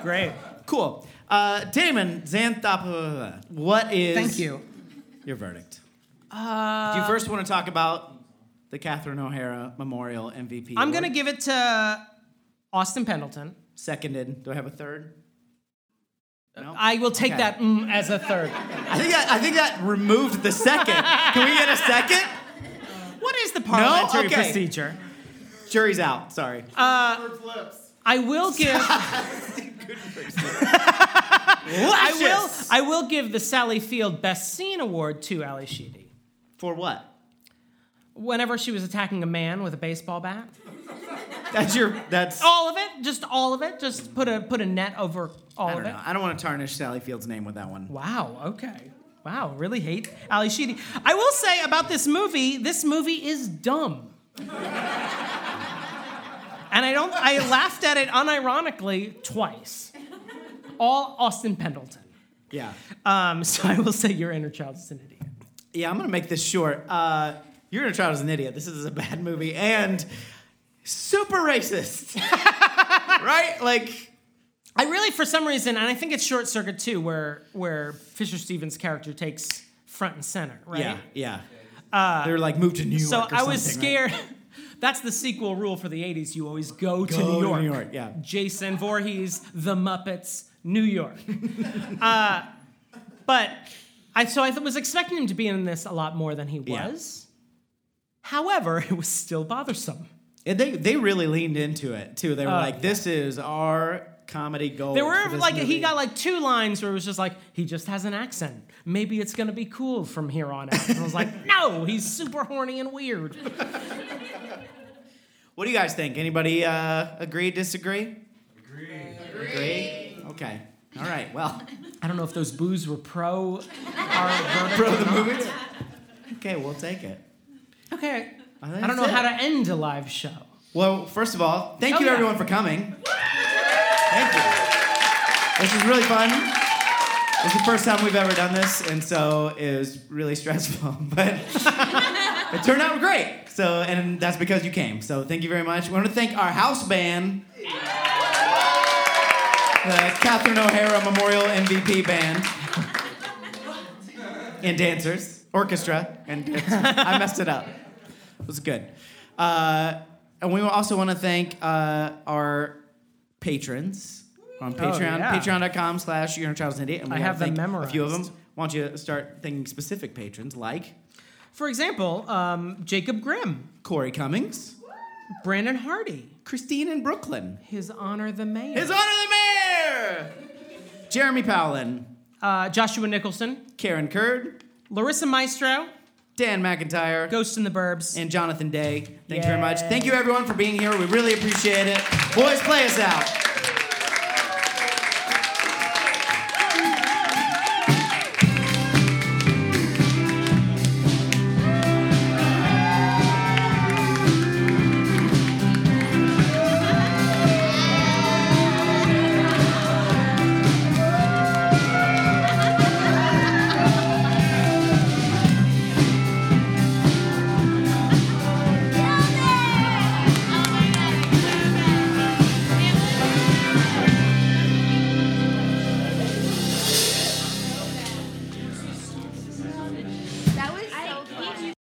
S3: Great.
S2: Cool. Uh, Damon Xanthopoulos, what is
S3: Thank you.
S2: your verdict?
S3: Uh,
S2: Do you first want to talk about the Catherine O'Hara Memorial MVP?
S3: I'm going to
S2: award?
S3: give it to Austin Pendleton.
S2: seconded. Do I have a third? No.
S3: I will take
S2: Okay.
S3: that mm, as a third.
S2: I think that, I think that removed the second. Can we get a second?
S3: What is the parliamentary
S2: Okay.
S3: procedure? Uh,
S2: Jury's out. Sorry.
S3: I will give I will
S2: Luscious.
S3: I will give the Sally Field Best Scene Award to Ali Sheedy.
S2: For what?
S3: Whenever she was attacking a man with a baseball bat.
S2: That's your. That's.
S3: All of it, just all of it. Just put a put a net over all
S2: I
S3: of
S2: don't
S3: it.
S2: know. I don't want to tarnish Sally Field's name with that one.
S3: Wow, okay. Wow, really hate Ali Sheedy. I will say about this movie, this movie is dumb. and I don't I laughed at it unironically twice. All Austin Pendleton.
S2: Yeah. Uh,
S3: Um, so I will say your inner child is an idiot.
S2: Yeah, I'm gonna make this short. Uh, you're gonna try it as an idiot. This is a bad movie and super racist, right? Like,
S3: I really, for some reason, and I think it's Short Circuit too, where where Fisher Stevens' character takes front and center, right? Uh,
S2: yeah, yeah. They're like moved to New York.
S3: So
S2: or
S3: I was
S2: something, right?
S3: scared. That's the sequel rule for the '80s. You always go, to
S2: Go
S3: New York.
S2: yeah.
S3: Jason Voorhees, The Muppets, New York. uh, but I so I th- was expecting him to be in this a lot more than he
S2: Yeah.
S3: was. However, it was still bothersome.
S2: And they they really leaned into it too. They were like, "This is our comedy gold."
S3: There
S2: for
S3: Oh, were
S2: this
S3: like
S2: movie.
S3: he got like two lines where it was just like he just has an accent. Maybe it's gonna be cool from here on out. And I was like, no, he's super horny and weird.
S2: What do you guys think? Anybody uh, agree? Disagree? Agree. Agree. Okay. All right. Well,
S3: I don't know if those boos were pro. Our verdict.
S2: pro the movies. Okay, we'll take it.
S3: Okay,
S2: think
S3: I don't know
S2: that's
S3: how
S2: it.
S3: to end a live show.
S2: Well, first of all, thank
S3: Oh,
S2: you
S3: yeah.
S2: everyone for coming. Thank you. This is really fun. It's the first time we've ever done this, and so it was really stressful, but it turned out great. So, and that's because you came. So, thank you very much. We want to thank our house band, the Catherine O'Hara Memorial MVP Band, and dancers, orchestra, and dancers. I messed it up. It was good. Uh, and we also want to thank uh, our patrons on Patreon,
S3: Oh, yeah.
S2: patreon.com slash You're Child's Idiot. And we
S3: I
S2: wanna
S3: have them
S2: thank A few of
S3: memorized.
S2: them. Why don't you start thinking specific patrons like
S3: For example, um, Jacob Grimm,
S2: Corey Cummings,
S3: Brandon Hardy,
S2: Christine in Brooklyn,
S3: His Honor the Mayor,
S2: His Honor the Mayor, Jeremy Powlin,
S3: uh, Joshua Nicholson,
S2: Karen Kurd,
S3: Larissa Maestro,
S2: Dan McIntyre,
S3: Ghosts in the Burbs.
S2: and Jonathan Day. Thank you very much. Thank you everyone for being here. We really appreciate it. Boys, play us out.